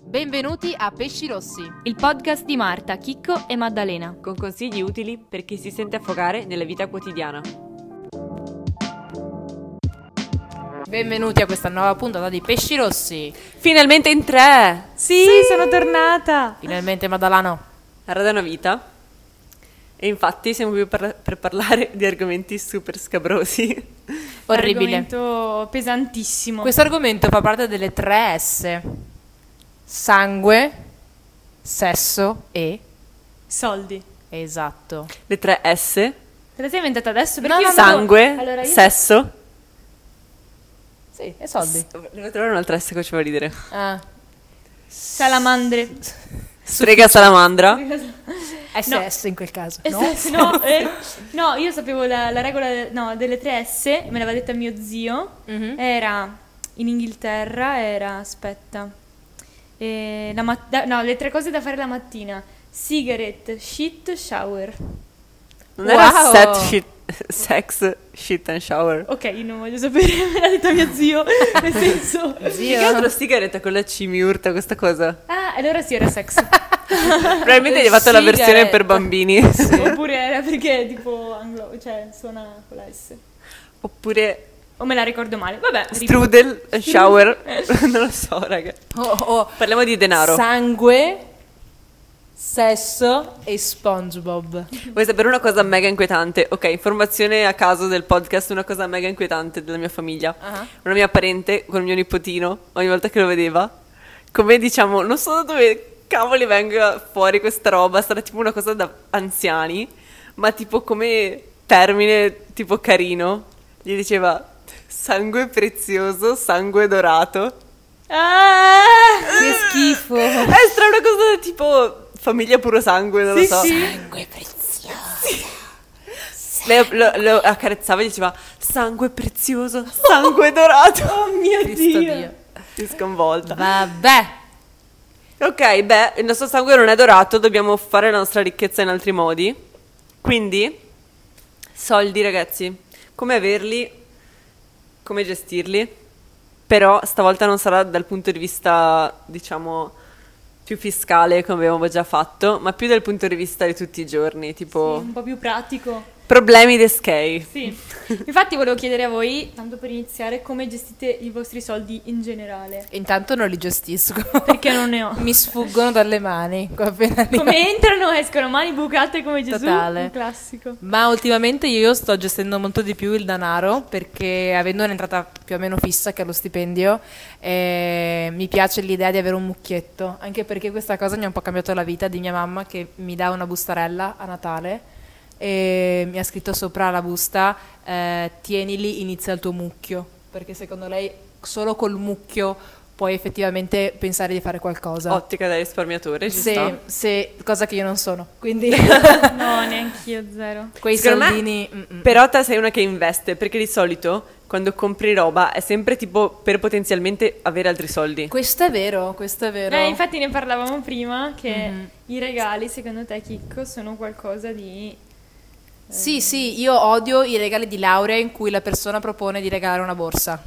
Benvenuti a Pesci Rossi. Il podcast di Marta, Chicco e Maddalena. con consigli utili per chi si sente affogare nella vita quotidiana. Benvenuti a questa nuova puntata di Pesci Rossi. Finalmente in tre! Sì, sono tornata! Finalmente Maddalano. La Rada è una vita. E infatti siamo qui per, per parlare di argomenti super scabrosi. Orribile. Argomento pesantissimo. Questo argomento fa parte delle tre S. Sangue, sesso e... Soldi. Esatto. Le tre S, Te la sei inventata adesso? Perché No, io no, avevo- sangue, Allora, io- sesso. Sì, e soldi. Devo trovare un'altra S che ci fa ridere. Ah. Salamandre. Strega salamandra. SS in quel caso. Eh, no? sì, No, eh, no, io sapevo la, la regola de- no, delle tre S, me l'aveva detta mio zio. Mhm. Era in Inghilterra, era, aspetta, eh, la mat- da- no, le tre cose da fare la mattina. Cigarette, shit, shower. Non era Wow. set shit, sex, shit and shower. Ok, io non voglio sapere, me l'ha detta mio zio, nel senso... Eh, Che altro sigaretta con la C mi urta questa cosa. Ah, allora sì, era sex. Probabilmente gli hai fatto la versione per bambini. Oppure era perché è tipo anglo, cioè suona con la S. Oppure O me la ricordo male. Vabbè, rip- Strudel, eh, shower, non lo so, raga. Oh, oh. Parliamo di denaro. Sangue, sesso e SpongeBob. Vuoi sapere una cosa mega inquietante? Ok, informazione a caso del podcast, una cosa mega inquietante della mia famiglia. Ah. Una mia parente con mio nipotino, ogni volta che lo vedeva, come diciamo, non so da dove cavoli venga fuori questa roba, sarà tipo una cosa da anziani, ma tipo come termine tipo carino, gli diceva sangue prezioso, sangue dorato. Ah! Che schifo. Eh, È strana cosa tipo famiglia puro sangue, non Sì, lo so. sì. Lei lo, lo accarezzava e diceva sangue prezioso, sangue dorato. Oh mio Cristo Dio. Dio. Ti sconvolta. Vabbè. Ok, beh, il nostro sangue non è dorato, dobbiamo fare la nostra ricchezza in altri modi. Quindi, soldi ragazzi, come averli, come gestirli. Però stavolta non sarà dal punto di vista, diciamo, più fiscale come avevamo già fatto, ma più dal punto di vista di tutti i giorni, tipo Sì, Esatto. un po' più pratico. problemi d'escape. Sì. Infatti volevo chiedere a voi, tanto per iniziare, come gestite i vostri soldi in generale? Intanto non li gestisco. Perché non ne ho. Mi sfuggono dalle mani qua appena li- Come entrano, escono mani bucate come Gesù. Totale. Un classico. Ma ultimamente io sto gestendo molto di più il denaro perché avendo un'entrata più o meno fissa che è lo stipendio eh, mi piace l'idea di avere un mucchietto, anche perché questa cosa mi ha un po' cambiato la vita di mia mamma che mi dà una bustarella a Natale e mi ha scritto sopra la busta eh, tienili, inizia il tuo mucchio, perché secondo lei solo col mucchio puoi effettivamente pensare di fare qualcosa. Ottica da risparmiatore, ci se, sta. se- cosa che io non sono, quindi No, neanch'io, zero. quei Secondo me- soldini... mm, mm. Però te sei una che investe, perché di solito quando compri roba è sempre tipo per potenzialmente avere altri soldi. Questo è vero, questo è vero. Eh, infatti ne parlavamo prima che Mhm. i regali, secondo te, Chicco, sono qualcosa di... Eh, Sì, sì, io odio i regali di laurea in cui la persona propone di regalare una borsa.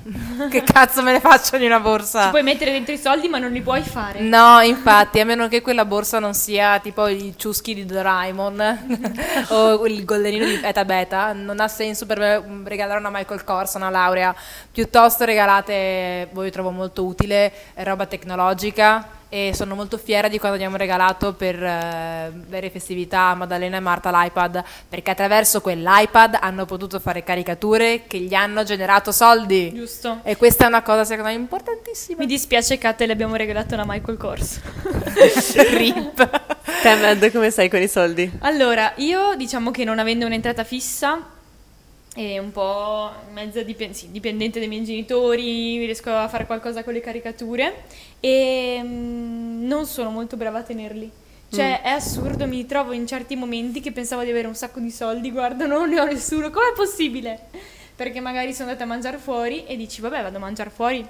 che cazzo me ne faccio di una Ci borsa? puoi mettere dentro i soldi ma non li puoi fare. Ah. No, infatti, a meno che quella borsa non sia tipo i ciuschi di Doraemon o il goldenino di Beta Beta, non ha senso per me mm, regalare una Michael Kors, una laurea. Piuttosto regalate, voi trovo molto utile, eh, roba tecnologica e sono molto fiera di quando abbiamo regalato per eh, varie festività a Maddalena e Marta l'iPad, perché attraverso quell'iPad hanno potuto fare caricature che gli hanno generato soldi. Giusto. E questa è una cosa secondo me importantissima. Mi dispiace che a te le abbiamo regalato una Michael Kors. Rip. Te, Mad, come sei con i soldi? allora, io diciamo che non avendo un'entrata fissa e un po' mezza dipen- sì, dipendente dai miei genitori, riesco a fare qualcosa con le caricature e mm, non sono molto brava a tenerli. Cioè, è assurdo, mi trovo in certi momenti che pensavo di avere un sacco di soldi, guarda, non ne ho nessuno, com'è possibile? Perché magari sono andata a mangiare fuori e dici, vabbè, vado a mangiare fuori,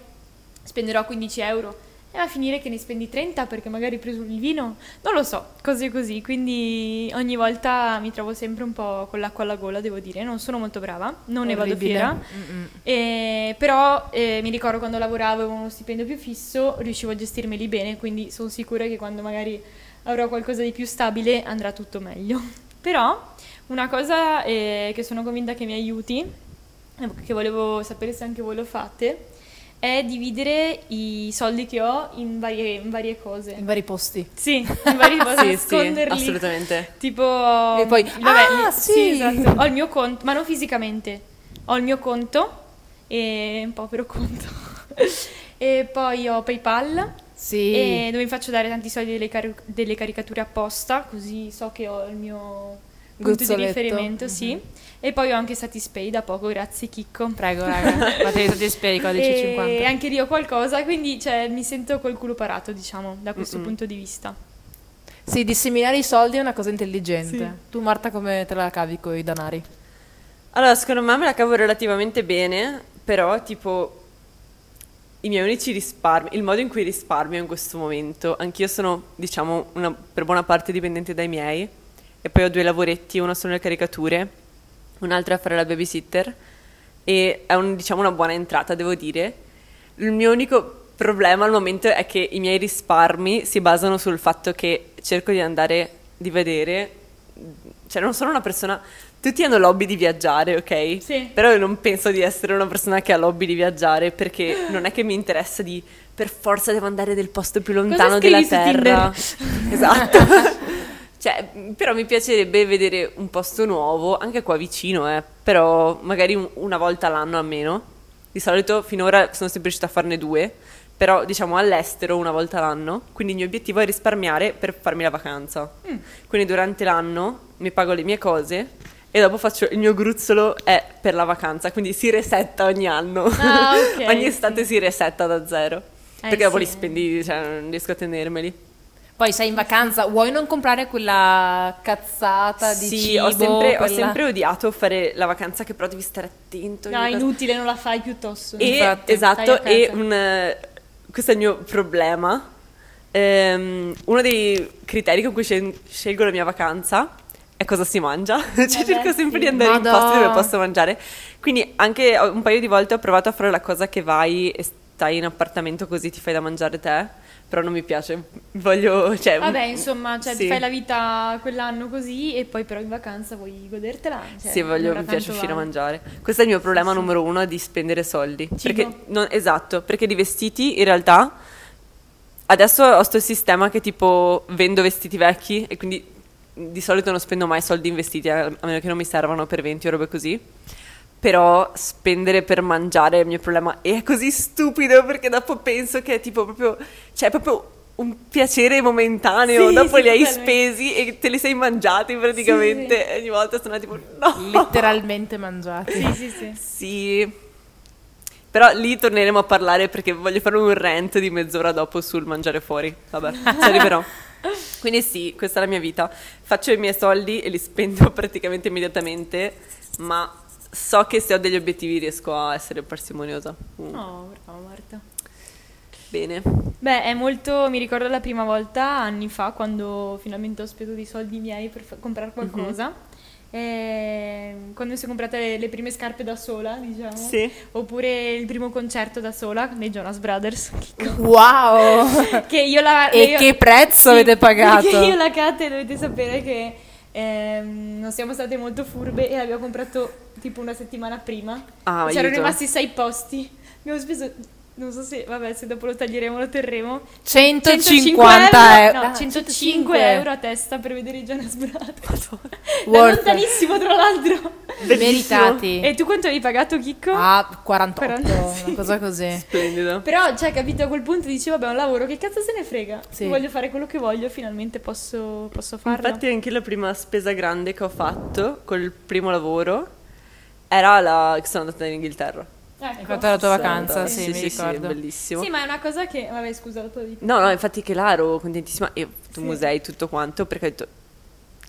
spenderò 15 euro. e va a finire che ne spendi 30 perché magari hai preso il vino, non lo so, cose così, quindi ogni volta mi trovo sempre un po' con l'acqua alla gola, devo dire, non sono molto brava, non ne vado Orribile. fiera, Mm-mm. Eh, però eh, mi ricordo quando lavoravo avevo uno stipendio più fisso, riuscivo a gestirmeli bene, quindi sono sicura che quando magari avrò qualcosa di più stabile andrà tutto meglio. Però una cosa eh, che sono convinta che mi aiuti, eh, che volevo sapere se anche voi lo fate, è dividere i soldi che ho in varie, in varie cose. In vari posti. Sì, in vari posti, sì, sì, nasconderli. assolutamente. Tipo... E poi, "Ah, sì!" esatto. Ho il mio conto, ma non fisicamente. Ho il mio conto e un povero conto. e poi ho PayPal Sì. e dove mi faccio dare tanti soldi delle, cari- delle caricature apposta, così so che ho il mio punto di Gruzzoletto. riferimento, sì. E poi ho anche Satispay da poco, grazie Chicco. Prego, raga. Fatemi tutti spiegare i codici e 50. anche lì ho qualcosa, quindi cioè, mi sento col culo parato, diciamo, da questo punto di vista. Sì, disseminare i soldi è una cosa intelligente. Tu, Marta, come te la cavi con i danari? Allora, secondo me me la cavo relativamente bene, però tipo i miei unici risparmi, il modo in cui risparmio in questo momento, anch'io sono diciamo una- per buona parte dipendente dai miei e poi ho due lavoretti, uno sono le caricature, un altro è fare la babysitter e è un- diciamo una buona entrata devo dire. Il mio unico problema al momento è che i miei risparmi si basano sul fatto che cerco di andare, di vedere, cioè non sono una persona, tutti hanno l'hobby di viaggiare, ok? Sì. Però io non penso di essere una persona che ha l'hobby di viaggiare perché non è che mi interessa di per forza devo andare del posto più lontano della scrivi su terra. Esatto. cioè, però mi piacerebbe vedere un posto nuovo, anche qua vicino, eh, però magari un- una volta all'anno almeno. Di solito finora sono sempre riuscita a farne due, però diciamo all'estero una volta all'anno, quindi il mio obiettivo è risparmiare per farmi la vacanza. Mm. Quindi durante l'anno mi pago le mie cose e dopo faccio il mio gruzzolo è per la vacanza, quindi si resetta ogni anno. Ah, ok, ogni sì. estate si resetta da zero. Eh, perché dopo sì. li spendi, cioè non riesco a tenermeli. Poi sei in vacanza, vuoi non comprare quella cazzata di sì, cibo? ho, sempre, ho quella- sempre odiato fare la vacanza che però devi stare attento. No, ogni cosa. inutile, non la fai piuttosto. E, Infatti. esatto, Stai e attenta. un, eh, questo è il mio problema. Ehm, uno dei criteri con cui scel- scelgo la mia vacanza è cosa si mangia. Cioè, cerco sempre di andare Madò. in posti dove posso mangiare. Quindi anche ho- un paio di volte ho provato a fare la cosa che vai e stai in appartamento così ti fai da mangiare te, però non mi piace. Voglio... Cioè, Vabbè, insomma, cioè, ti sì. fai la vita quell'anno così e poi però in vacanza vuoi godertela. Cioè, sì, voglio, allora mi piace tanto uscire a vale. mangiare. Questo è il mio problema numero uno di spendere soldi. Perché, non- esatto, perché di vestiti in realtà adesso ho sto sistema che tipo vendo vestiti vecchi e quindi di solito non spendo mai soldi in vestiti, a a meno che non mi servano per 20 o robe così. Però spendere per mangiare è il mio problema e è così stupido perché dopo penso che è tipo proprio, cioè è proprio un piacere momentaneo, Sì, dopo sì, li hai totalmente. spesi e te li sei mangiati praticamente e ogni volta sono tipo no. Letteralmente mangiati. Sì, sì, sì. Sì. Però lì torneremo a parlare perché voglio fare un rant di mezz'ora dopo sul mangiare fuori. Vabbè, ci arriverò. Quindi sì, questa è la mia vita. Faccio i miei soldi e li spendo praticamente immediatamente, ma so che se ho degli obiettivi riesco a essere parsimoniosa. Mm, No, brava Marta. Bene. Beh, è molto. Mi ricordo la prima volta, anni fa, quando finalmente ho speso dei soldi miei per fa- Mhm. comprare qualcosa. Ehm, quando mi sono comprate le, le prime scarpe da sola, diciamo. Sì. Oppure il primo concerto da sola nei Jonas Brothers. Wow! che io la. e io- che prezzo Sì, avete pagato? Perché io e la Kate dovete sapere che ehm, non siamo state molto furbe e l'abbiamo comprato tipo una settimana prima. Ah, C'erano aiuto. rimasti sei posti. Abbiamo speso, non so se, vabbè, se dopo lo taglieremo lo terremo. 150 euro. euro. No, Ah, 105 euro a testa per vedere i Jonas Brothers. Da Worth. lontanissimo tra l'altro. Meritati. E tu quanto hai pagato, Chicco? Ah, 48, 40, sì. una cosa così. Splendido. Però, cioè, capito, a quel punto dicevo, vabbè, è un lavoro, che cazzo se ne frega? Sì. Voglio fare quello che voglio, finalmente posso, posso farlo. Infatti anche la prima spesa grande che ho fatto col primo lavoro era la che sono andata in Inghilterra. Ecco. Hai fatto la tua vacanza, Sì, sì, mi sì, sì, ricordo. bellissimo. Sì, ma è una cosa che. Vabbè, scusa, dopo vi- No, no, infatti che là ero contentissima e ho fatto Sì. musei tutto quanto perché ho detto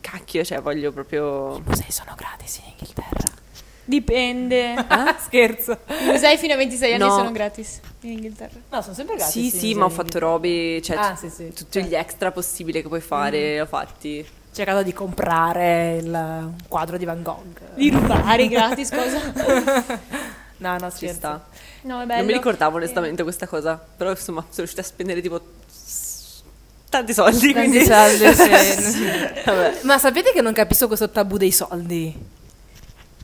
cacchio, cioè voglio proprio Musei sono gratis in Inghilterra. Dipende. Scherzo. I musei fino a 26 anni No. sono gratis in Inghilterra. No, sono sempre gratis. Sì, i sì, musei ma ho di- fatto robe, cioè Ah, t- sì, sì. tutti Certo. Mm. gli extra possibili che puoi fare, li ho fatti. Ho cercato di comprare il un quadro di Van Gogh. Di rubare gratis, cosa? No, no, Ci scherzo. sta. No, è bello. Non mi ricordavo Eh, onestamente questa cosa, però insomma sono riuscita a spendere tipo s- tanti soldi, quindi saldi, vabbè. Ma sapete che non capisco questo tabù dei soldi?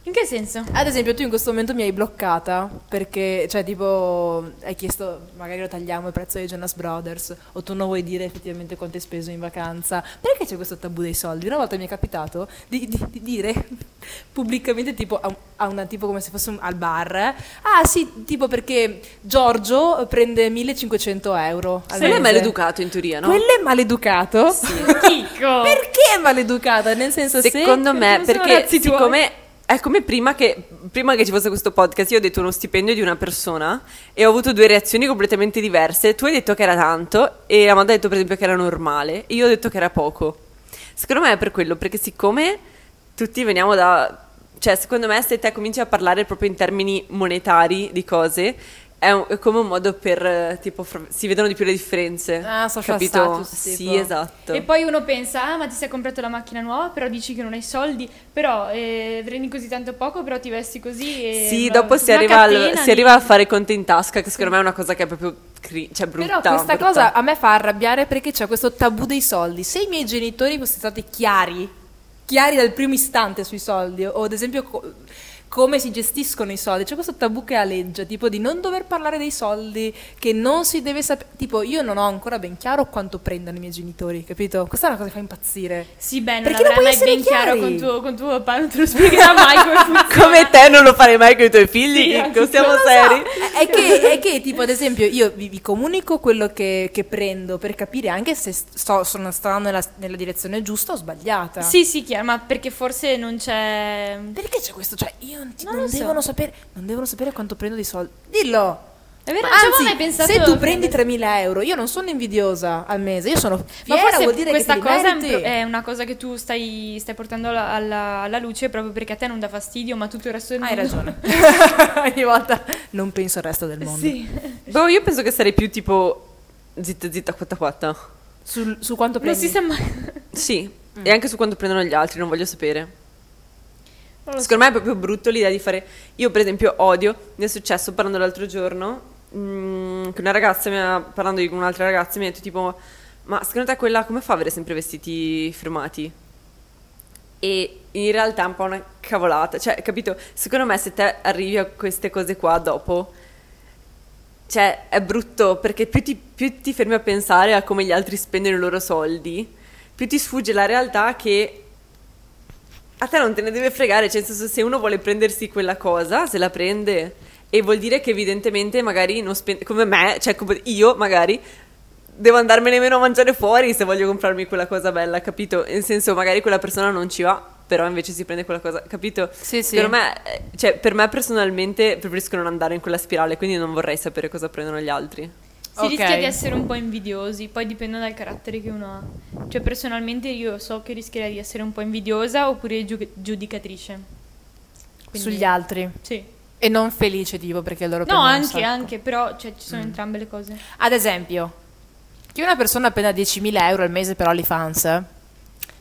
In che senso? Ad esempio, tu in questo momento mi hai bloccata perché, cioè, tipo, hai chiesto, magari lo tagliamo il prezzo dei Jonas Brothers, o tu non vuoi dire effettivamente quanto hai speso in vacanza. Perché c'è questo tabù dei soldi? Una volta mi è capitato di, di- di dire pubblicamente, tipo, a, un- a una tipo come se fosse un- al bar, ah sì, tipo perché Giorgio prende 1500 euro. Al Quello è mese. maleducato in teoria, no? Quello è maleducato? Chicco! Perché è maleducata? Nel senso, se- Secondo me, non sono perché razzi tuoi. siccome è come prima che, prima che ci fosse questo podcast, io ho detto uno stipendio di una persona e ho avuto due reazioni completamente diverse. Tu hai detto che era tanto e Amanda ha detto per esempio che era normale e io ho detto che era poco. Secondo me è per quello, perché siccome tutti veniamo da... Cioè, secondo me se te cominci a parlare proprio in termini monetari di cose, è, un- è come un modo per, eh, tipo, fra- si vedono di più le differenze. Ah, social capito? status, Sì, tipo. esatto. E poi uno pensa, ah ma ti sei comprato la macchina nuova, però dici che non hai soldi, però eh, prendi così tanto poco, però ti vesti così e... Sì, va- dopo si Eh, una arriva, al- catena si di- arriva a fare conti in tasca, che secondo me è una cosa che è proprio cri- cioè, brutta. Però questa brutta. cosa a me fa arrabbiare perché c'è questo tabù dei soldi. Se i miei genitori fossero stati chiari, chiari dal primo istante sui soldi, o ad esempio co- come si gestiscono i soldi, c'è questo tabù che aleggia, tipo di non dover parlare dei soldi, che non si deve sapere... Tipo, io non ho ancora ben chiaro quanto prendono i miei genitori, capito? Questa è una cosa che fa impazzire. Sì, beh, non Perché non avrai puoi mai essere ben chiaro chiari? con tuo, con tuo papà, non te lo spiegherà mai come funziona. Come te non lo farei mai con i tuoi figli, Sì, Chicco, anzi, siamo non lo so. seri. È che, è che, tipo, ad esempio, io vi, vi comunico quello che, che prendo per capire anche se sto, sono, sto nella, nella direzione giusta o sbagliata. Sì, sì, chiaro, ma perché forse non c'è... Perché c'è questo? Cioè, io non, ti- Non non lo so. devono sapere, non devono sapere quanto prendo di soldi. Dillo! È vero, Ma non ci avevo Anzi, mai pensato- se tu prendi 3.000 euro, io non sono invidiosa al mese, io sono Ma fiera, forse vuol dire questa che te li cosa è un meriti. pro- eh, è una cosa che tu stai, stai portando alla, alla- alla luce proprio perché a te non dà fastidio, ma tutto il resto del Hai mondo... ragione. Ogni volta non penso al resto del mondo. Sì. Boh, io penso che sarei più tipo zitta zitta quatta quatta. Sul- su quanto Non prendi. si sa mai... Sì, Mm. e anche su quanto prendono gli altri, non voglio sapere. Non lo so. Secondo me è proprio brutto l'idea di fare. Io, per esempio, odio. Mi è successo parlando l'altro giorno. mm, che una ragazza mi ha, parlando di un'altra ragazza, mi ha detto: tipo, ma secondo te quella come fa a avere sempre vestiti firmati? E in realtà è un po' una cavolata. Cioè, capito? Secondo me, se te arrivi a queste cose qua dopo. Cioè, è brutto perché più ti, più ti fermi a pensare a come gli altri spendono i loro soldi, più ti sfugge la realtà che a te non te ne deve fregare, cioè nel senso se uno vuole prendersi quella cosa, se la prende e vuol dire che evidentemente magari non spende, come me, cioè come io magari devo andarmene meno a mangiare fuori se voglio comprarmi quella cosa bella, capito? Nel senso magari quella persona non ci va, però invece si prende quella cosa, capito? Sì, sì. Secondo me, eh, cioè per me personalmente preferisco non andare in quella spirale, quindi non vorrei sapere cosa prendono gli altri. Si Ok. rischia di essere un po' invidiosi, poi dipende dal carattere che uno ha. Cioè, personalmente io so che rischierei di essere un po' invidiosa oppure giu- giudicatrice. Quindi- Sugli altri. Sì. E non felice, tipo, perché loro No, prendono un anche, sacco. anche, però cioè, ci sono Mm. entrambe le cose. Ad esempio, che una persona appena 10.000 euro al mese per OnlyFans.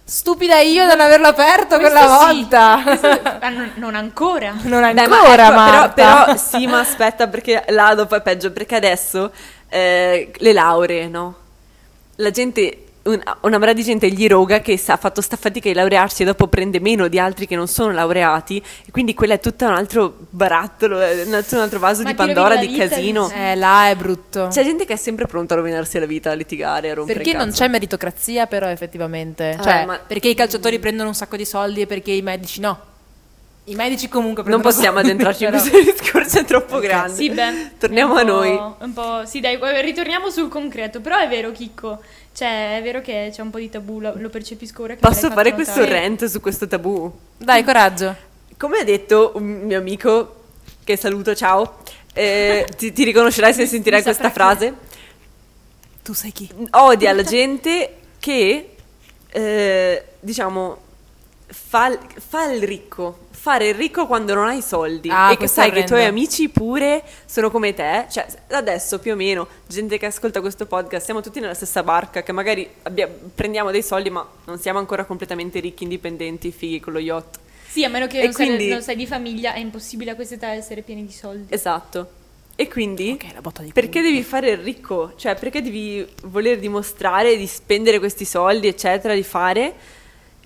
Stupida io da non averlo aperto quella Questo sì. volta. Ah, non, non ancora. Non Beh, ma ancora, ecco, Marta. Però, però sì, ma aspetta, perché là dopo è peggio, perché adesso eh, le lauree, no? La gente, un- una marea di gente gli roga che sa- ha fatto sta fatica di laurearsi e dopo prende meno di altri che non sono laureati, e quindi quello è tutto un altro barattolo, è un altro, un altro vaso Ma di ti rovini Pandora, la di vita, casino. dici. Eh, là è brutto. C'è gente che è sempre pronta a rovinarsi la vita, a litigare, a rompere Perché il non cazzo. c'è meritocrazia, però, effettivamente. Eh, Cioè, ma- perché i calciatori prendono un sacco di soldi e perché i medici no. I medici comunque Non prendono possiamo soldi, addentrarci in però. questo discorso, è troppo grande. Sì, beh. Torniamo un a po'- noi. Un po', sì, dai, eh, ritorniamo sul concreto. Però è vero, Chicco. Cioè, è vero che c'è un po' di tabù, lo, lo percepisco ora. Che me l'hai Posso fatto fare questo notare. rant su questo tabù? Dai, coraggio. Come ha detto un mio amico, che saluto, ciao, eh, ti, ti riconoscerai se sentirai questa frase, Tu sai chi? odia la gente che, eh, diciamo, fa, fa il ricco, fare il ricco quando non hai soldi Ah, e che questo è sai che i tuoi orrendo. amici pure sono come te, cioè adesso più o meno gente che ascolta questo podcast, siamo tutti nella stessa barca, che magari abbia- prendiamo dei soldi ma non siamo ancora completamente ricchi, indipendenti, fighi con lo yacht. Sì, a meno che E non, quindi- sei, non sei di famiglia, è impossibile a questa età essere pieni di soldi. Esatto. E quindi Ok, la botta di perché devi fare il ricco? Cioè, perché devi voler dimostrare di spendere questi soldi, eccetera, di fare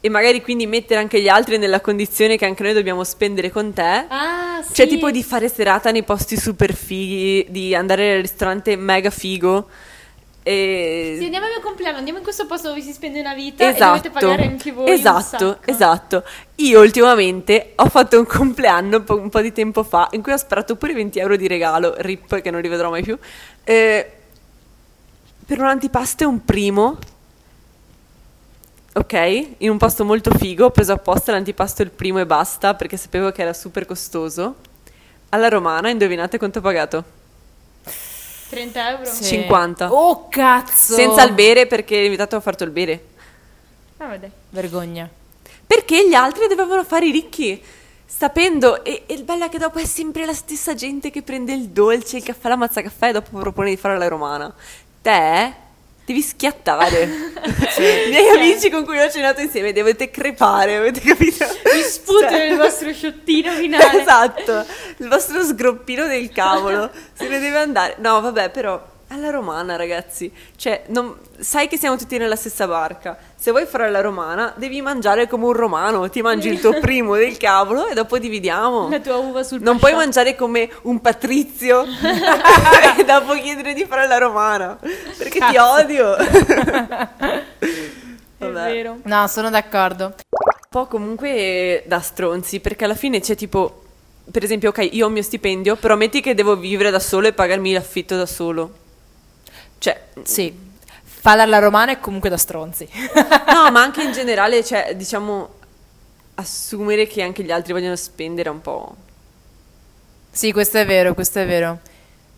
e magari quindi mettere anche gli altri nella condizione che anche noi dobbiamo spendere con te? Ah, sì. Cioè, tipo di fare serata nei posti super fighi, di andare al ristorante mega figo. E... Sì, andiamo al mio compleanno, andiamo in questo posto dove si spende una vita e dovete pagare anche voi. un Esatto, sacco. esatto. Io ultimamente ho fatto un compleanno po- un po' di tempo fa in cui ho sparato pure 20 euro di regalo, rip, che non rivedrò mai più, eh, per un antipasto e un primo. Ok, in un posto molto figo, ho preso apposta l'antipasto e il primo e basta perché sapevo che era super costoso. Alla romana, indovinate quanto ho pagato? 30 euro? Sì. 50. Oh cazzo! Senza il bere perché l'invitato ha fatto il bere. Ah, vabbè. Cioè Vergogna. Perché gli altri dovevano fare i ricchi. Sapendo, e, e il bello è che dopo è sempre la stessa gente che prende il dolce, il caffè, la mazza caffè e dopo propone di fare la romana. Te devi schiattare. I miei amici con cui ho cenato insieme dovete crepare, avete capito? Cioè Vi Sputo il vostro sciottino finale. Esatto, il vostro sgroppino del cavolo. Se ne deve andare. No, vabbè, però alla romana, ragazzi. Cioè, non- sai che siamo tutti nella stessa barca. Se vuoi fare la romana, devi mangiare come un romano. Ti mangi il tuo primo del cavolo e dopo dividiamo. La tua uva sul non puoi pascià. mangiare come un patrizio e dopo chiedere di fare la romana. Perché ti odio. È vero. No, sono d'accordo. Un po' comunque da stronzi, perché alla fine c'è tipo, per esempio, ok, io ho il mio stipendio, però metti che devo vivere da solo e pagarmi l'affitto da solo. Cioè, Sì. Falla alla romana è comunque da stronzi. no, ma anche in generale, cioè, diciamo, assumere che anche gli altri vogliono spendere è un po'. Sì, questo è vero, questo è vero.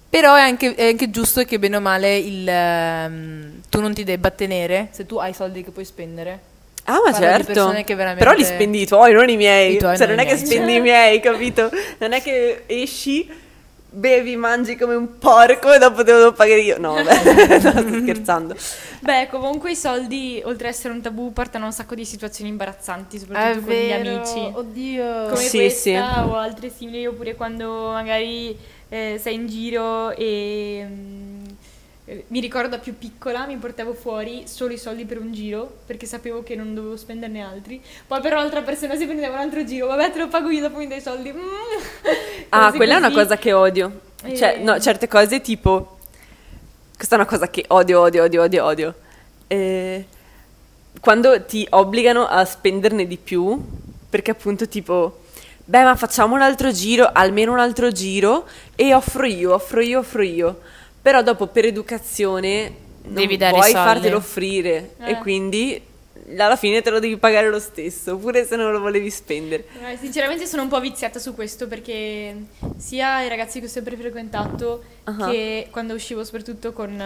Però è anche, è anche giusto che bene o male il, ehm, tu non ti debba tenere se tu hai soldi che puoi spendere. Ah, ma Parlo di certo. persone che veramente- Però li spendi i tuoi, non i miei. I tuoi, cioè, non non, i è che miei. spendi i miei, capito? Non è che esci, bevi, mangi come un porco e dopo te lo devo pagare io. No, vabbè, no, sto scherzando. Beh, comunque i soldi, oltre ad essere un tabù, portano a un sacco di situazioni imbarazzanti, soprattutto con gli amici. Oddio. Come Sì, questa sì. o altre simili, oppure quando magari eh, sei in giro e... mm, eh, Mi ricordo da più piccola mi portavo fuori solo i soldi per un giro perché sapevo che non dovevo spenderne altri. Poi però l'altra persona si prendeva un altro giro, vabbè te lo pago io dopo mi dai i soldi. Mm. Ah, Cose quella è una così. cosa che odio. Cioè, Eh. no, certe cose tipo... Questa è una cosa che odio, odio, odio, odio, odio. Eh, quando ti obbligano a spenderne di più, perché appunto tipo... Beh, ma facciamo un altro giro, almeno un altro giro, e offro io, offro io, offro io. Però dopo per educazione non Devi dare i puoi soldi. fartelo offrire e Eh. quindi alla fine te lo devi pagare lo stesso, pure se non lo volevi spendere. Eh, Sinceramente sono un po' viziata su questo perché sia i ragazzi che ho sempre frequentato Ah. che quando uscivo soprattutto con eh,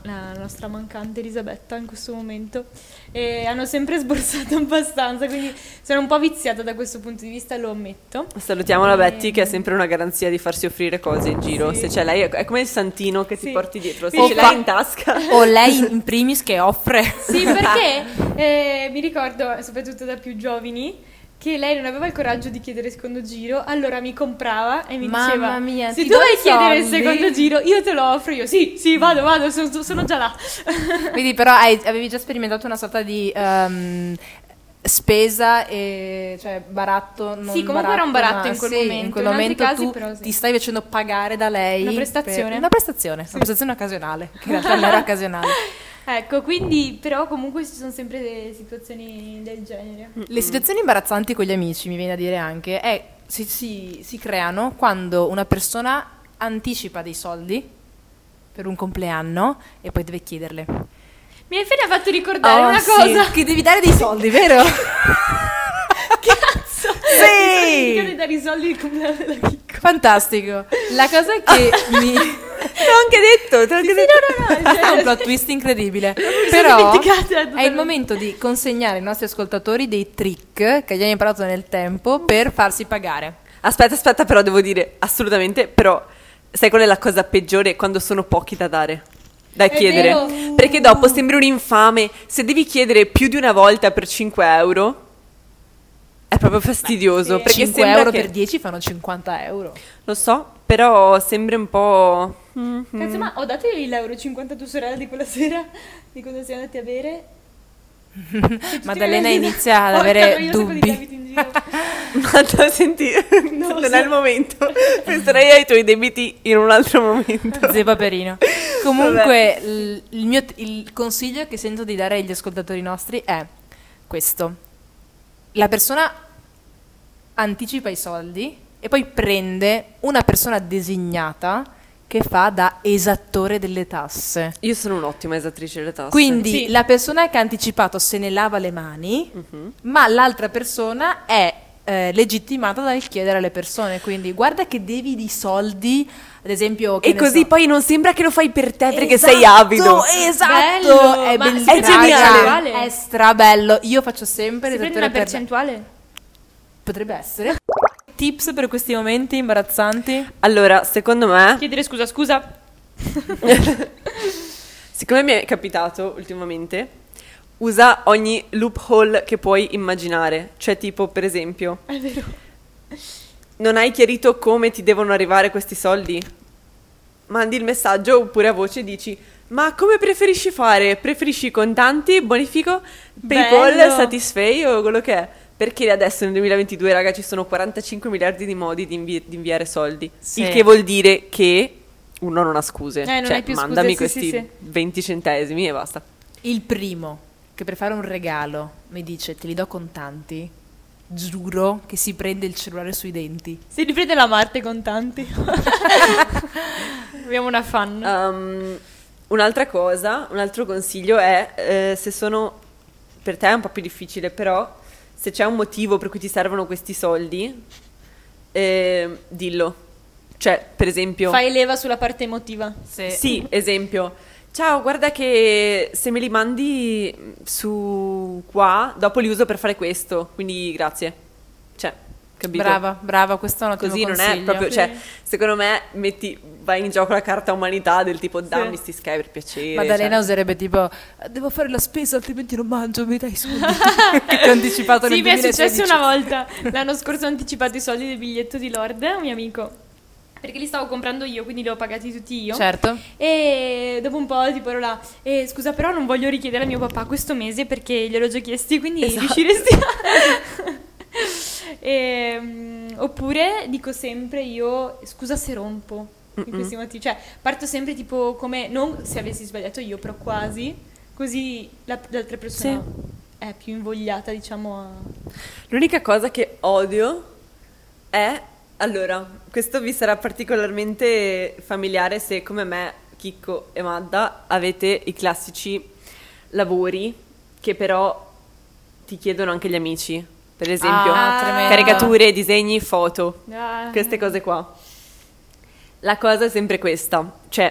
la nostra mancante Elisabetta in questo momento eh, hanno sempre sborsato abbastanza, quindi sono un po' viziata da questo punto di vista, lo ammetto. Salutiamo la Betty Ehm. che è sempre una garanzia di farsi offrire cose in giro. Sì. Se c'è lei, è come il santino che ti Sì. porti dietro. Se Sì. ce Fa- l'hai in tasca. O lei in primis che offre. Sì, perché eh, mi ricordo, soprattutto da più giovani, che lei non aveva il coraggio di chiedere il secondo giro, allora mi comprava e mi Mamma diceva: mia, Se ti tu do vai i a chiedere il soldi?" secondo giro, io te lo offro. Io sì, sì, vado, vado, sono, sono già là. Quindi però hai- avevi già sperimentato una sorta di ehm, spesa e cioè baratto non Sì, comunque era un baratto, baratto ma in quel sì, in momento. quel In altri momento casi tu però sì. ti stai facendo pagare da lei Una per- prestazione. una prestazione, una prestazione occasionale, che in realtà non era occasionale. Ecco, quindi, però, comunque ci sono sempre delle situazioni del genere. Le situazioni imbarazzanti con gli amici, mi viene a dire anche, è- si, si- si creano quando una persona anticipa dei soldi per un compleanno e poi deve chiederle. Mi hai appena fatto ricordare Oh, una sì, cosa. Che devi dare dei soldi, vero? Cazzo! Sì! Mi sono dimenticato di dare i soldi al compleanno della Chicco. Fantastico. La cosa che mi... Te l'ho anche detto, cioè, te l'ho anche detto. Questo è un plot twist incredibile. Però è il momento di consegnare ai nostri ascoltatori dei trick che abbiamo imparato nel tempo per farsi pagare. Aspetta, aspetta, però devo dire assolutamente, però sai qual è la cosa peggiore quando sono pochi da dare? Da chiedere. vero. Perché dopo sembri un infame. Se devi chiedere più di una volta per 5 euro, è proprio fastidioso. Perché 5 sembra euro che- per 10 fanno 50 euro. Lo so, però sembra un po'... Mm. Cazzo, ma ho dato l'euro 50 a tua sorella di quella sera di quando siamo andati a bere? Cioè, Maddalena Tutti inizia ad Porca avere noia, un sacco di dubbi. debiti in giro. Manda, senti, non è il momento. Penserai ai tuoi debiti in un altro momento. Zio Paperino. Comunque, il, il mio, il consiglio che sento di dare agli ascoltatori nostri è questo. La persona anticipa i soldi e poi prende una persona designata che fa da esattore delle tasse. Io sono un'ottima esattrice delle tasse. Quindi Sì. la persona che ha anticipato se ne lava le mani, ma l'altra persona è eh, legittimata dal chiedere alle persone. Quindi guarda che devi di soldi, ad esempio... che E ne così so. poi non sembra che lo fai per te perché Esatto, sei avido. Esatto, Bello, è ma bellissimo. è geniale. Raga, È strabello. Io faccio sempre Si prende l'esattore una per- percentuale? Potrebbe essere. Tips per questi momenti imbarazzanti? Allora, secondo me, Chiedere scusa, scusa. siccome mi è capitato ultimamente, usa ogni loophole che puoi immaginare. Cioè, tipo, per esempio, È vero. non hai chiarito come ti devono arrivare questi soldi? Mandi il messaggio oppure a voce dici: Ma come preferisci fare? Preferisci contanti, bonifico, PayPal, Bello. Satisfy o quello che è? Perché adesso nel 2022, raga, ci sono 45 miliardi di modi di, invi- di inviare soldi. Sì. Il che vuol dire che uno non ha scuse. Eh, non cioè, hai più scuse, mandami sì, questi sì, sì. 20 centesimi e basta. Il primo, che per fare un regalo mi dice te li do contanti, giuro che si prende il cellulare sui denti. Si riprende la Marte con tanti. Ah, Abbiamo una fan. Um, un'altra cosa, un altro consiglio è eh, se sono per te è un po' più difficile, però se c'è un motivo per cui ti servono questi soldi, eh, dillo. Cioè, per esempio, Fai leva sulla parte emotiva. sì, esempio. Ciao, guarda che se me li mandi su qua, dopo li uso per fare questo, quindi grazie. Cioè, capito? Brava, brava, questo è un ottimo Così non è consiglio. proprio, Sì. cioè, secondo me metti, vai in gioco la carta umanità del tipo dammi sti sky per piacere. Maddalena cioè. userebbe tipo devo fare la spesa altrimenti non mangio, mi dai i soldi. che ti ho anticipato Sì, nel mi è 2016. successo una volta. L'anno scorso ho anticipato i soldi del biglietto di Lord, un mio amico. Perché li stavo comprando io, quindi li ho pagati tutti io. Certo. E dopo un po' tipo ero là, "Eh, scusa però non voglio richiedere a mio papà questo mese perché gliel'ho già chiesti, quindi Esatto. riusciresti a... Ehm, oppure dico sempre io, scusa se rompo, in questi motivi, cioè parto sempre tipo come, non se avessi sbagliato io, però quasi, così la- l'altra persona è più invogliata diciamo a... cioè. L'unica cosa che odio è, allora, questo vi sarà particolarmente familiare se come me, Chicco e Madda avete i classici lavori che però ti chiedono anche gli amici, per esempio, Ah, tremendo. caricature, disegni, foto, Ah. queste cose qua. La cosa è sempre questa, cioè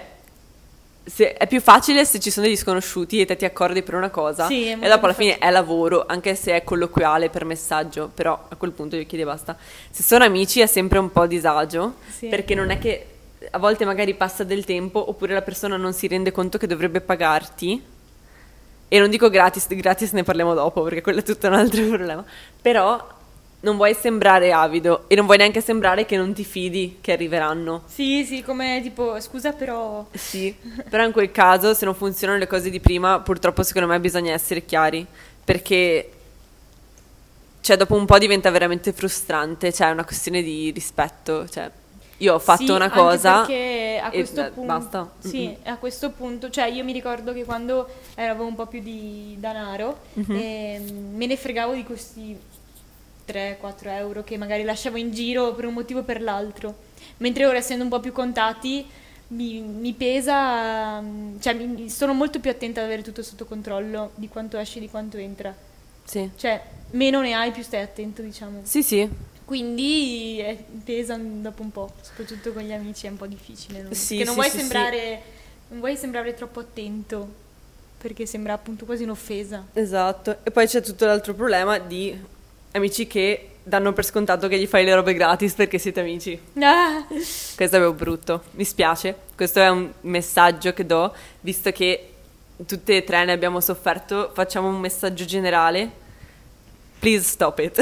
se- è più facile se ci sono degli sconosciuti e te ti accordi per una cosa Sì, è e molto dopo alla fine è lavoro, anche se è colloquiale per messaggio, però a quel punto io chiedo e basta. Se sono amici è sempre un po' disagio, Sì. perché non è che a volte magari passa del tempo oppure la persona non si rende conto che dovrebbe pagarti. E non dico gratis, di gratis ne parliamo dopo perché quello è tutto un altro problema. Però non vuoi sembrare avido e non vuoi neanche sembrare che non ti fidi che arriveranno. Sì, sì, come tipo, scusa però... Sì, però in quel caso se non funzionano le cose di prima, purtroppo secondo me bisogna essere chiari, perché cioè, dopo un po' diventa veramente frustrante, cioè è una questione di rispetto, cioè io ho fatto Sì, una anche cosa perché a e questo beh, punto basta. sì Mm-mm. a questo punto cioè io mi ricordo che quando eravamo un po' più di danaro Mm-hmm. ehm, me ne fregavo di questi 3-4 euro che magari lasciavo in giro per un motivo o per l'altro mentre ora essendo un po' più contati mi, mi pesa mm, cioè mi- mi- sono molto più attenta ad avere tutto sotto controllo di quanto esce e di quanto entra sì. cioè meno ne hai più stai attento diciamo Sì, sì. Quindi eh, pesa dopo un po', soprattutto con gli amici è un po' difficile. Non, Sì, perché non sì, vuoi sì, sembrare, non vuoi sembrare troppo attento, perché sembra appunto quasi un'offesa. Esatto, e poi c'è tutto l'altro problema di amici che danno per scontato che gli fai le robe gratis perché siete amici. Ah, Questo è proprio brutto, mi spiace, questo è un messaggio che do, visto che tutte e tre ne abbiamo sofferto, facciamo un messaggio generale. Please stop it.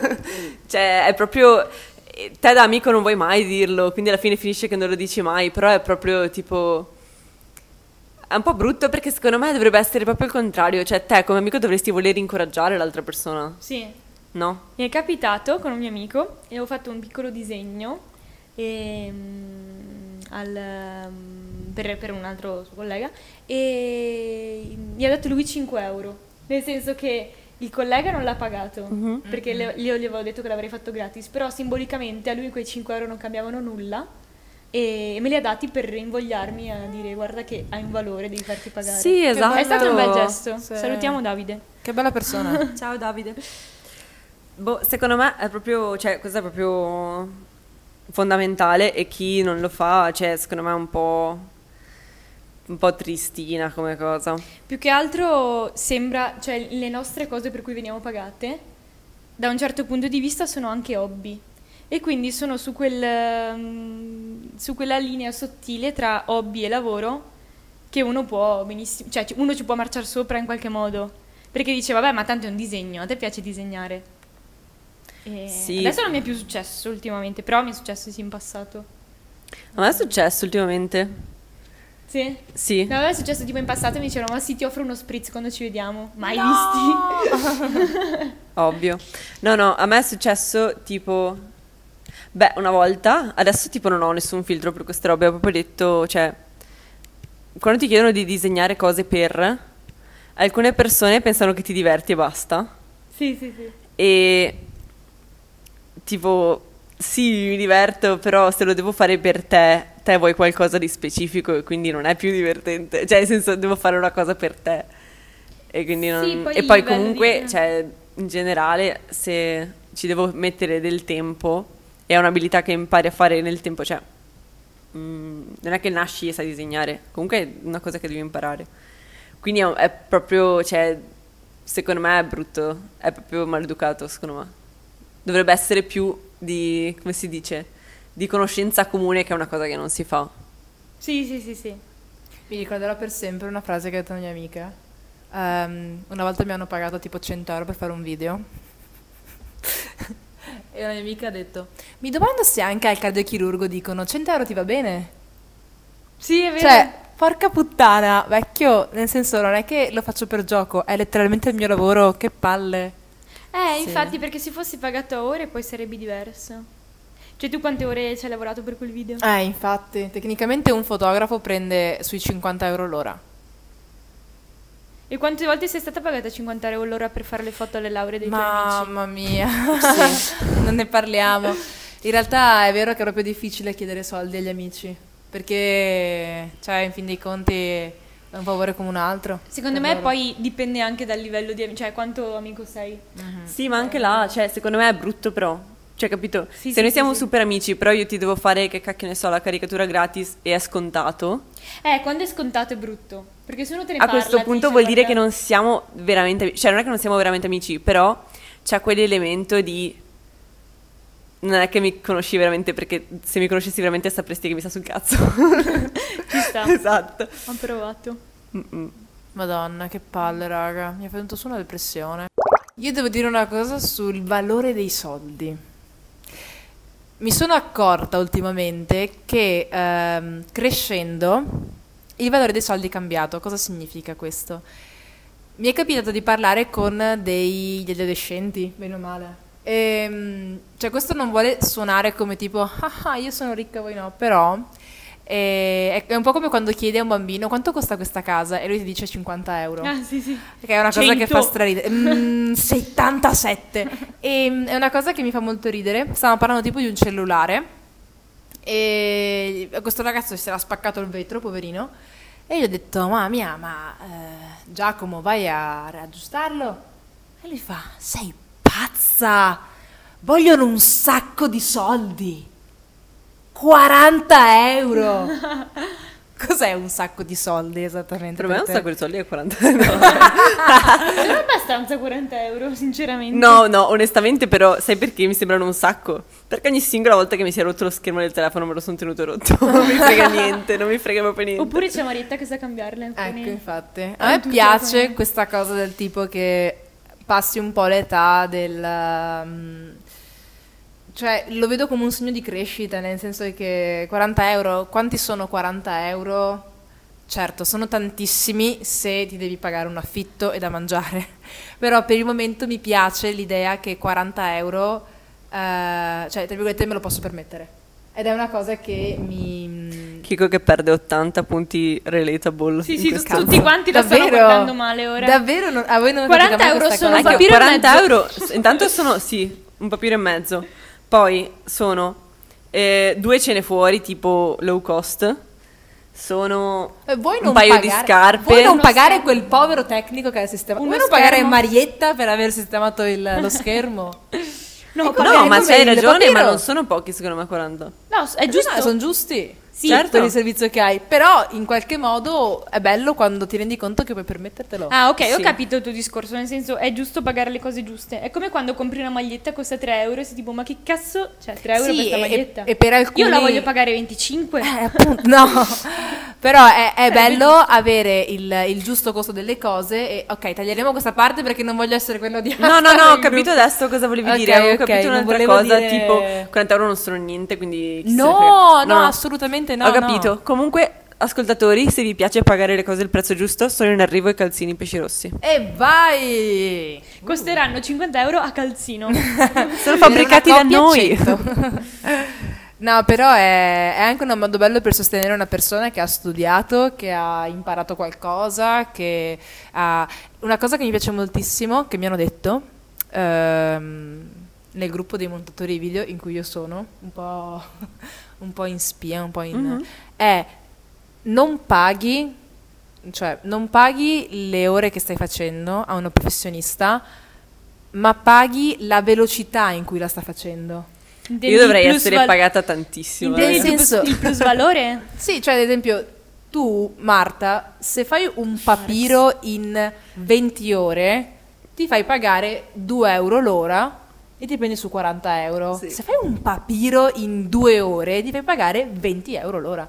cioè, è proprio... Te da amico non vuoi mai dirlo, quindi alla fine finisce che non lo dici mai, però è proprio tipo... È un po' brutto perché secondo me dovrebbe essere proprio il contrario, cioè te come amico dovresti voler incoraggiare l'altra persona, sì, no? Mi è capitato con un mio amico e ho fatto un piccolo disegno ehm, al, ehm, per, per un altro suo collega e gli ha dato lui 5 euro, nel senso che il collega non l'ha pagato Mhm. perché le- io gli avevo detto che l'avrei fatto gratis, però simbolicamente a lui quei 5 euro non cambiavano nulla e me li ha dati per invogliarmi a dire guarda che hai un valore, devi farti pagare. Sì, esatto. È stato un bel gesto. Sì. Salutiamo Davide. Che bella persona. Ciao Davide. Boh, secondo me è proprio, cioè, questo è proprio fondamentale e chi non lo fa, cioè, secondo me è un po', un po' tristina come cosa. Più che altro sembra, cioè le nostre cose per cui veniamo pagate, da un certo punto di vista sono anche hobby. E quindi sono su, quel, ehm, su quella linea sottile tra hobby e lavoro che uno può benissimo, cioè ci- uno ci può marciare sopra in qualche modo. Perché dice, vabbè, ma tanto è un disegno, a te piace disegnare. E Sì. Adesso non mi è più successo ultimamente, però mi è successo sì in passato. A me è successo ultimamente. Sì? Sì. No, a me è successo tipo in passato, mi dicevano, ma sì, ti offro uno spritz quando ci vediamo. Mai visti. Ovvio. No, no, a me è successo tipo... Beh, una volta, adesso tipo non ho nessun filtro per queste robe, ho proprio detto, cioè, quando ti chiedono di disegnare cose per, alcune persone pensano che ti diverti e basta. Sì, sì, sì. E tipo, sì, mi diverto, però se lo devo fare per te, te vuoi qualcosa di specifico e quindi non è più divertente. Cioè, nel senso, devo fare una cosa per te. E quindi Sì, non... poi e il poi livello comunque, di- cioè, in generale, se ci devo mettere del tempo, è un'abilità che impari a fare nel tempo, cioè... mm, non è che nasci e sai disegnare, comunque è una cosa che devi imparare. Quindi è, un- è proprio, cioè, secondo me è brutto, è proprio maleducato, secondo me. Dovrebbe essere più di, come si dice, di conoscenza comune che è una cosa che non si fa. Sì, sì, sì, sì. Mi ricorderò per sempre una frase che ha detto una mia amica. Ehm, una volta mi hanno pagato tipo 100 euro per fare un video. e una mia amica ha detto: Mi domando se anche al cardiochirurgo dicono 100 euro ti va bene. Sì, è vero. Cioè, porca puttana, vecchio, nel senso non è che lo faccio per gioco, è letteralmente il mio lavoro, che palle. eh, sì. infatti, perché se fossi pagato a ore poi sarebbe diverso. Cioè, tu quante ore ci hai lavorato per quel video? Eh, infatti, tecnicamente un fotografo prende sui 50 euro l'ora. E quante volte sei stata pagata 50 euro l'ora per fare le foto alle lauree dei tuoi amici? Mamma mia, non ne parliamo. In realtà è vero che è proprio difficile chiedere soldi agli amici, perché, cioè, in fin dei conti è un favore come un altro. Secondo Per me loro. poi dipende anche dal livello di amico, cioè quanto amico sei. Mm. Sì, ma anche là, cioè, secondo me è brutto però. Cioè, capito? Sì, se sì, noi sì, siamo sì. super amici, però io ti devo fare, che cacchio ne so, la caricatura gratis e è scontato, Eh, quando è scontato è brutto. Perché se uno te ne a parla... questo ti punto dice, vuol dire "Guarda, che non siamo veramente amici. Cioè, non è che non siamo veramente amici, però c'è quell'elemento di... Non è che mi conosci veramente, perché se mi conoscessi veramente sapresti che mi sta sul cazzo. Ci sta. esatto. Ho provato. Mm-mm. Madonna, che palle, raga. Mi è venuto su una depressione. Io devo dire una cosa sul valore dei soldi. Mi sono accorta ultimamente che ehm, crescendo il valore dei soldi è cambiato. Cosa significa questo? Mi è capitato di parlare con dei- degli adolescenti, bene o male. Ehm, cioè, questo non vuole suonare come tipo, ah, ah, io sono ricca, voi no, però eh, è è un po' come quando chiedi a un bambino quanto costa questa casa e lui ti dice 50 euro. Ah, sì, sì. Perché è una cosa che 100. fa straridere. Mm, 77. E, mm, è una cosa che mi fa molto ridere. Stavamo parlando tipo di un cellulare. E questo ragazzo si era spaccato il vetro, poverino. E gli ho detto, mamma mia, ma eh, Giacomo, vai a aggiustarlo? E lui fa, sei pazza! vogliono un sacco di soldi. 40 euro. Cos'è un sacco di soldi esattamente? Per me è un te? sacco di soldi è 40 euro. Sono abbastanza 40 euro, sinceramente. No, no, onestamente però, sai perché mi sembrano un sacco? Perché ogni singola volta che mi si è rotto lo schermo del telefono me lo sono tenuto rotto. Non mi frega niente, non mi frega proprio niente. Oppure c'è Marietta che sa cambiarle. quindi- Ecco, infatti. Ah, A me tutto piace come- questa cosa del tipo che passi un po' l'età del... um, Cioè, lo vedo come un segno di crescita, nel senso che 40 euro, quanti sono 40 euro? Certo, sono tantissimi se ti devi pagare un affitto e da mangiare, però per il momento mi piace l'idea che 40 euro, eh, cioè, tra virgolette, me lo posso permettere. Ed è una cosa che mi... Chico che perde 80 punti relatable. Sì, in sì, questo tu- caso. tutti quanti la stanno guardando male ora. Davvero? Non, a voi non 40 capita mai euro questa sono cosa? un Anche papiro e 40 mezzo. euro, s- intanto sono, sì, un papiro e mezzo. Poi sono eh, due cene fuori, tipo low cost. Sono Eh, voi un non paio pagare- di scarpe. Voi non Uno pagare schermo. quel povero tecnico che ha sistemato. Uno Voi non pagare schermo. Marietta per aver sistemato il- lo schermo. No, Ecco, No, pagare ma come c'hai il ragione, ma papiro. non sono pochi secondo me 40. No, è giusto. sono giusti. Sì. per Certo. il servizio che hai. Però in qualche modo è bello quando ti rendi conto che puoi permettertelo. Ah, ok, ho Sì. capito il tuo discorso. Nel senso, è giusto pagare le cose giuste. È come quando compri una maglietta, costa 3 euro e sei tipo, ma che cazzo? Cioè, 3 euro Sì, per questa e- maglietta. e per alcuni- Io la voglio pagare 25. Eh, appunto, no. Però è, Eh, è bello avere il, il giusto costo delle cose e ok, taglieremo questa parte perché non voglio essere quello di No, no, no, ho capito adesso cosa volevi Ok, dire. Avevo ok, capito non un'altra volevo cosa, dire- tipo 40 euro non sono niente, quindi... chi se ne No, frega. no, assolutamente no. Ho no. capito. Comunque, ascoltatori, se vi piace pagare le cose al prezzo giusto, sono in arrivo i calzini pesci rossi. E vai! Costeranno 50 euro a calzino. Sono fabbricati da Era una noi. coppia a 100. No, però è, è anche un modo bello per sostenere una persona che ha studiato, che ha imparato qualcosa, che ha... Una cosa che mi piace moltissimo, che mi hanno detto, ehm, nel gruppo dei montatori video in cui io sono, un po', un po' in spia, un po' in... Mm-hmm. è non paghi, cioè non paghi le ore che stai facendo a uno professionista, ma paghi la velocità in cui la sta facendo. Io dovrei Intendi il essere plusval- pagata tantissimo. Intendi- Intendi Nel ragazzi. il eh. senso- plus- il plus valore? Sì, cioè ad esempio tu, Marta, se fai un papiro in 20 ore, ti fai pagare 2 euro l'ora e ti prendi su 40 euro. Sì. Se fai un papiro in 2 ore, ti fai pagare 20 euro l'ora.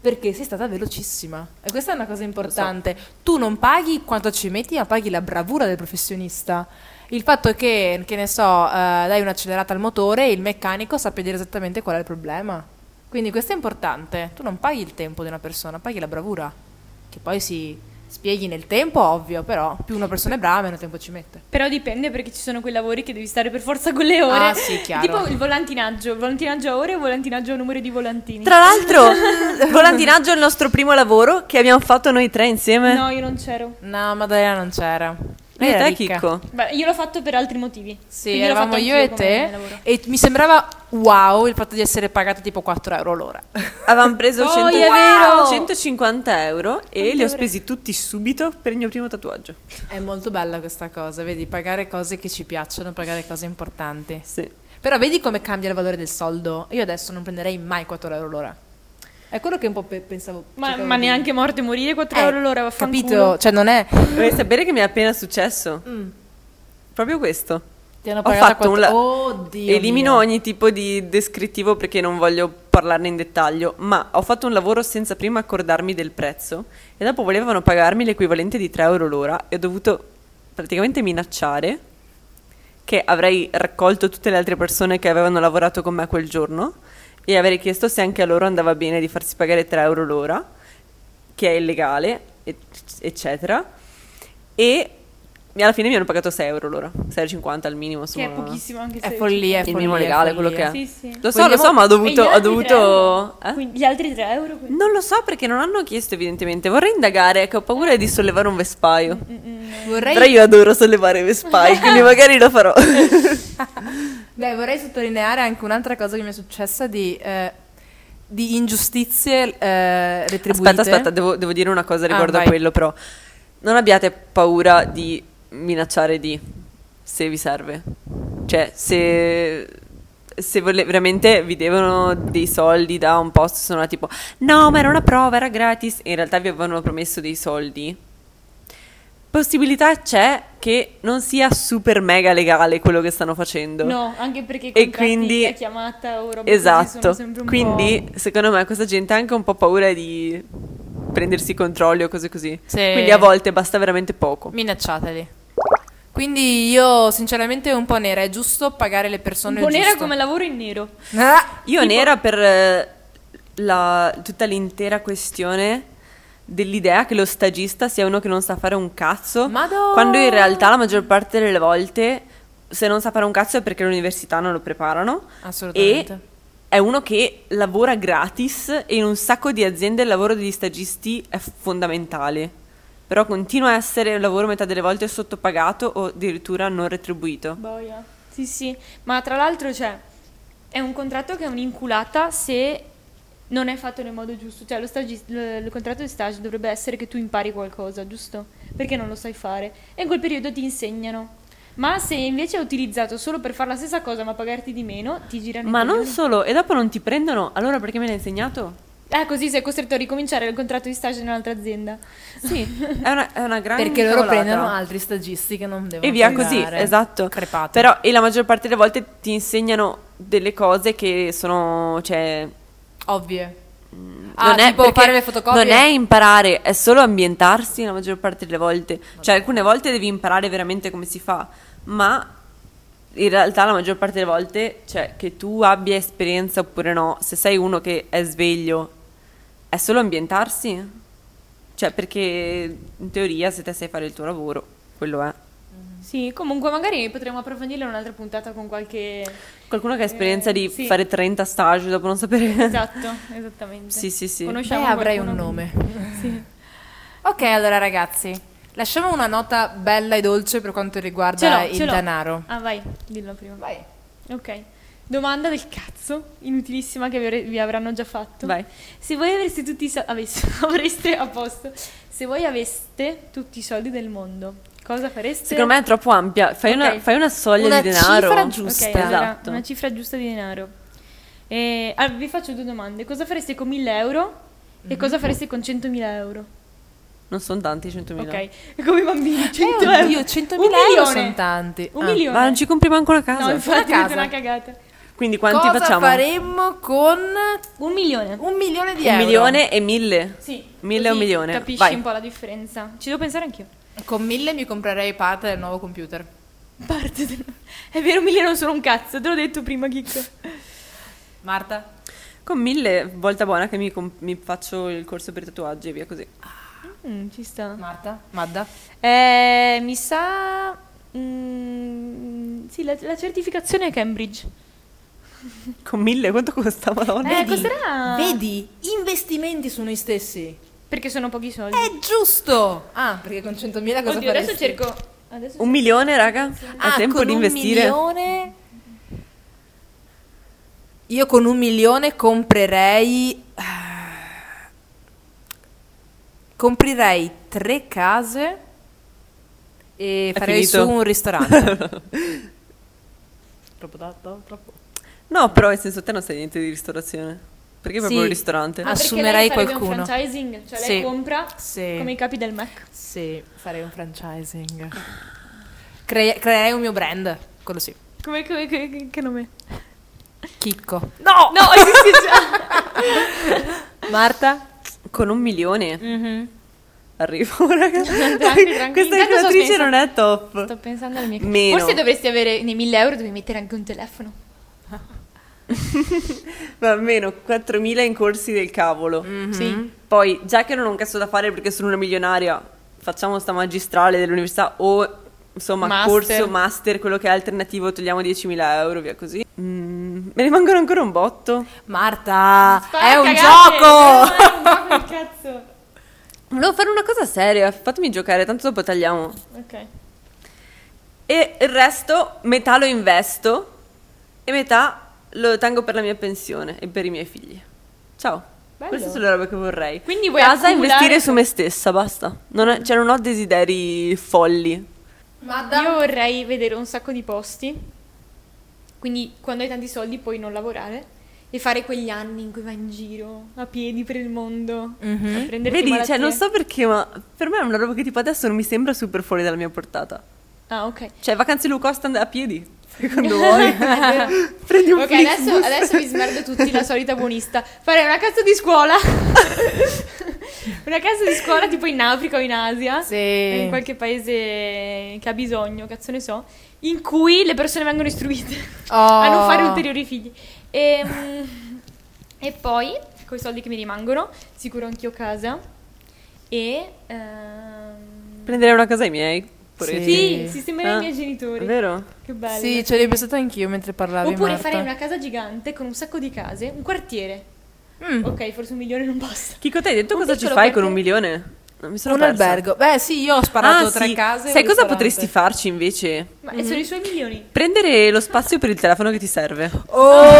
Perché sei stata velocissima. E questa è una cosa importante. Tu non paghi quanto ci metti, ma paghi la bravura del professionista. Il fatto che, che ne so, eh, dai un'accelerata al motore e il meccanico sa dire esattamente qual è il problema. Quindi questo è importante. Tu non paghi il tempo di una persona, paghi la bravura. Che poi si spieghi nel tempo, ovvio, però più una persona è brava, meno tempo ci mette. Però dipende perché ci sono quei lavori che devi stare per forza con le ore. Ah, sì, chiaro. Tipo il volantinaggio, volantinaggio a ore e volantinaggio a numero di volantini. Tra l'altro, volantinaggio è il nostro primo lavoro che abbiamo fatto noi tre insieme. No, io non c'ero. No, Maddalena non c'era. Lei Io e era te, ricca. Chicco. Beh, io l'ho fatto per altri motivi. Sì, Quindi l'ho eravamo fatto io anch'io e come te lavoro. e mi sembrava wow il fatto di essere pagata tipo 4 euro l'ora. Avevamo preso Oh, 100 è vero! 150 euro e li ho Allora. spesi tutti subito per il mio primo tatuaggio. È molto bella questa cosa, vedi, pagare cose che ci piacciono, pagare cose importanti. Sì. Però vedi come cambia il valore del soldo? Io adesso non prenderei mai 4 euro l'ora. È quello che un po' pe- pensavo. Ma, cercavo ma di- neanche morte e morire 4 Eh, euro l'ora, vaffanculo. Capito? Cioè non è... Vorrei sapere che mi è appena successo. Mm. Proprio questo. Ti hanno Ho pagato fatto un la- Oddio Elimino mio. ogni tipo di descrittivo perché non voglio parlarne in dettaglio, ma ho fatto un lavoro senza prima accordarmi del prezzo e dopo volevano pagarmi l'equivalente di 3 euro l'ora e ho dovuto praticamente minacciare che avrei raccolto tutte le altre persone che avevano lavorato con me quel giorno e avrei chiesto se anche a loro andava bene di farsi pagare 3 euro l'ora, che è illegale, e- eccetera. E alla fine mi hanno pagato 6 euro l'ora, 6,50 al minimo. Che è insomma. pochissimo anche se... cioè, È follia, è Il follia. minimo è legale, quello follia. che è. Sì, sì. Lo so, lo so, ma ho E gli dovuto. Ho altri tre dovuto euro? eh? Quindi gli altri 3 euro? quindi? Non lo so perché non hanno chiesto, evidentemente. Vorrei indagare, che ho paura di sollevare un vespaio. Mm, Vorrei Però io adoro sollevare vespai, quindi magari lo farò. Beh, vorrei sottolineare anche un'altra cosa che mi è successa di, eh, di ingiustizie eh, retribuite. Aspetta, aspetta, devo, devo dire una cosa riguardo Ah, a vai. quello, però. Non abbiate paura di minacciare di. se vi serve. Cioè, se, se vole- veramente vi devono dei soldi da un posto, sono tipo, no, ma era una prova, era gratis. E in realtà vi avevano promesso dei soldi. Possibilità c'è che non sia super mega legale quello che stanno facendo. No, anche perché E e quindi- quindi a chiamata o roba così sono Esatto, sempre un quindi secondo me questa gente ha anche un po' paura di prendersi i controlli o cose così. Sì. Quindi a volte basta veramente poco. Minacciateli. Quindi io sinceramente un po' nera, è giusto pagare le po'... persone Un po' nera giusto. come lavoro in nero. Ah, Io nera per eh, la- tutta l'intera questione dell'idea che lo stagista sia uno che non sa fare un cazzo, Madò! quando in realtà la maggior parte delle volte se non sa fare un cazzo è perché l'università non lo preparano Assolutamente. e è uno che lavora gratis e in un sacco di aziende il lavoro degli stagisti è fondamentale. Però continua a essere un lavoro metà delle volte sottopagato o addirittura non Boh, retribuito. Boia. Sì, sì. Ma tra l'altro, cioè, è un contratto che è un'inculata se non è fatto nel modo giusto. Cioè, lo, stagi- l- il contratto di stage dovrebbe essere che tu impari qualcosa, giusto? Perché non lo sai fare. E in quel periodo ti insegnano. Ma se invece è utilizzato solo per fare la stessa cosa ma pagarti di meno, ti girano i Ma non coglioni. solo, e dopo non ti prendono, allora perché me l'hai insegnato? Eh, così sei costretto a ricominciare il contratto di stage in un'altra azienda. Sì. È una, è una grande Perché loro cavolata. prendono altri stagisti che non devono E via così, pagare. esatto. Crepate. Però e la maggior parte delle volte ti insegnano delle cose che sono, cioè... Ovvie. Ah, tipo Mm, perché fare le fotocopie? Non è imparare, è solo ambientarsi la maggior parte delle volte. Cioè alcune volte devi imparare veramente come si fa, ma in realtà la maggior parte delle volte, cioè che tu abbia esperienza oppure no, se sei uno che è sveglio, è solo ambientarsi. Cioè perché in teoria se te sai fare il tuo lavoro, quello è. Sì, comunque magari potremmo approfondirlo in un'altra puntata con qualche... Qualcuno che ha esperienza Eh, di sì. fare 30 stage dopo non sapere. Esatto, esattamente. Sì, sì, sì. Beh, Conosciamo avrei un qualcuno- nome. Ok, allora ragazzi, lasciamo una nota bella e dolce per quanto Ce riguarda l'ho, il ce l'ho. denaro. Ah, vai, dillo prima. Vai. Ok. Domanda del cazzo, inutilissima che vi, avre- vi avranno già fatto. Vai. Se voi avreste tutti i soldi... avreste a posto. Se voi aveste tutti i soldi del mondo, cosa fareste? Secondo me è troppo ampia. Fai, una, Ok. fai una soglia Una di denaro. cifra giusta. Ok, allora, esatto. una cifra giusta di denaro. Eh, ah, vi faccio due domande. Cosa fareste con 1000 euro e Mm-hmm. cosa fareste con 100.000 euro? Non sono tanti 100.000. Ok, come i bambini, 100 Eh, oddio, euro. 100.000 Un euro milione. sono tanti. Un Ah. milione. Ma non ci compri manco una casa. No, infatti Una è casa. una cagata. Quindi quanti Cosa facciamo? faremmo con Un milione. un milione di un euro? milione e mille. Sì. Mille o così milione. Capisci Vai. un po' la differenza. Ci devo pensare anch'io. Con mille mi comprerei parte del nuovo computer. Parte del- È vero, mille non sono un cazzo, te l'ho detto prima, Chicco. Marta? Con mille, volta buona che mi, comp- mi faccio il corso per i tatuaggi e via così. Mm, ci sta. Marta? Madda? Eh, mi sa... mm, sì, la, la certificazione a Cambridge. Con mille, quanto costa? Madonna. Eh, costerà... Vedi? Investimenti su noi stessi. Perché sono pochi soldi. È giusto! Ah, perché con 100.000 Eh, cosa Oddio, adesso faresti? cerco... Adesso Un milione, raga? Ah, È tempo con di un investire. milione- Io con un milione comprerei. eh, Comprerei tre case e È farei finito. su un ristorante. No, però nel senso te non sai niente di ristorazione. Perché proprio Sì. il ristorante? Ah, perché assumerei lei farebbe qualcuno. un franchising, cioè Sì. lei compra Sì. come i capi del Mac. sì, farei un franchising. Cre- creerei un mio brand, quello sì. Come, come, come- che nome? Chicco. No! No, esiste già! Marta? Con un milione arrivo, raga. Mhm. Tranqui, tranqui. Questa Intanto sto calcolatrice pensando- non è top. Sto pensando alle mie Meno. Forse dovresti avere nei 1000 euro devi mettere anche un telefono. Va meno 4.000 in corsi del cavolo. Sì. Poi, già che non ho un cazzo da fare perché sono una milionaria, facciamo sta magistrale dell'università o insomma Master. corso, master, quello che è alternativo, togliamo 10.000 euro, via così. Mm, me ne mancano ancora un botto. Ah, Marta! Spara è un cagate, gioco! eh, È un gioco, che cazzo. Volevo fare una cosa seria, fatemi giocare, tanto dopo tagliamo. Ok. E il resto, metà lo investo e metà lo tengo per la mia pensione e per i miei figli. Ciao. Bello. Queste sono le robe che vorrei. Quindi vuoi Casa, accumulare- investire su me stessa, basta. Non è- cioè, non ho desideri folli. Madda? Io vorrei vedere un sacco di posti. Quindi quando hai tanti soldi puoi non lavorare e fare quegli anni in cui vai in giro a piedi per il mondo a prenderti Vedi, cioè, malattie. non so perché, ma per me è una roba che tipo adesso non mi sembra super fuori dalla mia portata. Ah, ok. Cioè, vacanze low cost and- a piedi. Fai Quando vuoi, prendi un Ok, Flixbus. adesso, adesso vi smerdo tutti la solita buonista. Fare una cazzo di scuola. una cazzo di scuola tipo in Africa o in Asia. Sì. o In qualche paese che ha bisogno, cazzo ne so. In cui le persone vengono istruite Oh. a non fare ulteriori figli. Ehm, E, poi, con i soldi che mi rimangono, sicuro anch'io casa. E... ehm, Prendere una casa ai miei. poretti. sì, sistemerei Ah, i miei genitori. Vero? Che bello. Sì, ce l'ho pensato anch'io mentre parlavi. Oppure Marta. farei una casa gigante con un sacco di case, un quartiere. Mm, Ok, forse un milione non basta. Chico, te hai detto Un cosa ci piccolo fai con un quartiere. milione? Non mi sono un persa. albergo. Beh, sì, io ho sparato Ah, tre sì. case. e Sai un cosa ristorante. potresti farci invece? Ma e sono i suoi milioni. Prendere lo spazio per il telefono che ti serve. Oh!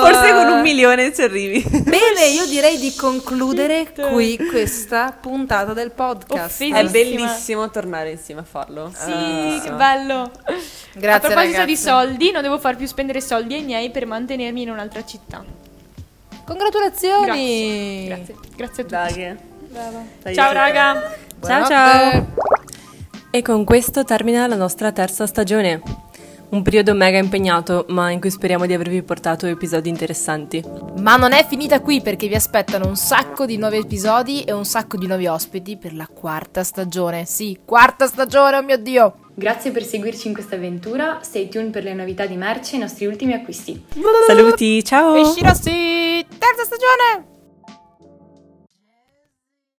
Forse con un milione ci arrivi. Bene, io direi di concludere qui questa puntata del podcast. Offesa. È Bellissima. bellissimo tornare insieme a farlo. Sì, Ah. che bello. Grazie, A proposito ragazzi. di soldi, non devo far più spendere soldi ai miei per mantenermi in un'altra città. Congratulazioni. Grazie. Grazie a tutti. Daghe. Dai, Ciao sì. raga. Buonanotte. ciao. E con questo termina la nostra terza stagione. Un periodo mega impegnato, ma in cui speriamo di avervi portato episodi interessanti. Ma non è finita qui perché vi aspettano un sacco di nuovi episodi e un sacco di nuovi ospiti per la quarta stagione. Sì, quarta stagione, oh mio Dio! Grazie per seguirci in questa avventura, stay tuned per le novità di merce e i nostri ultimi acquisti. Saluti, ciao. Pesci rossi, terza stagione!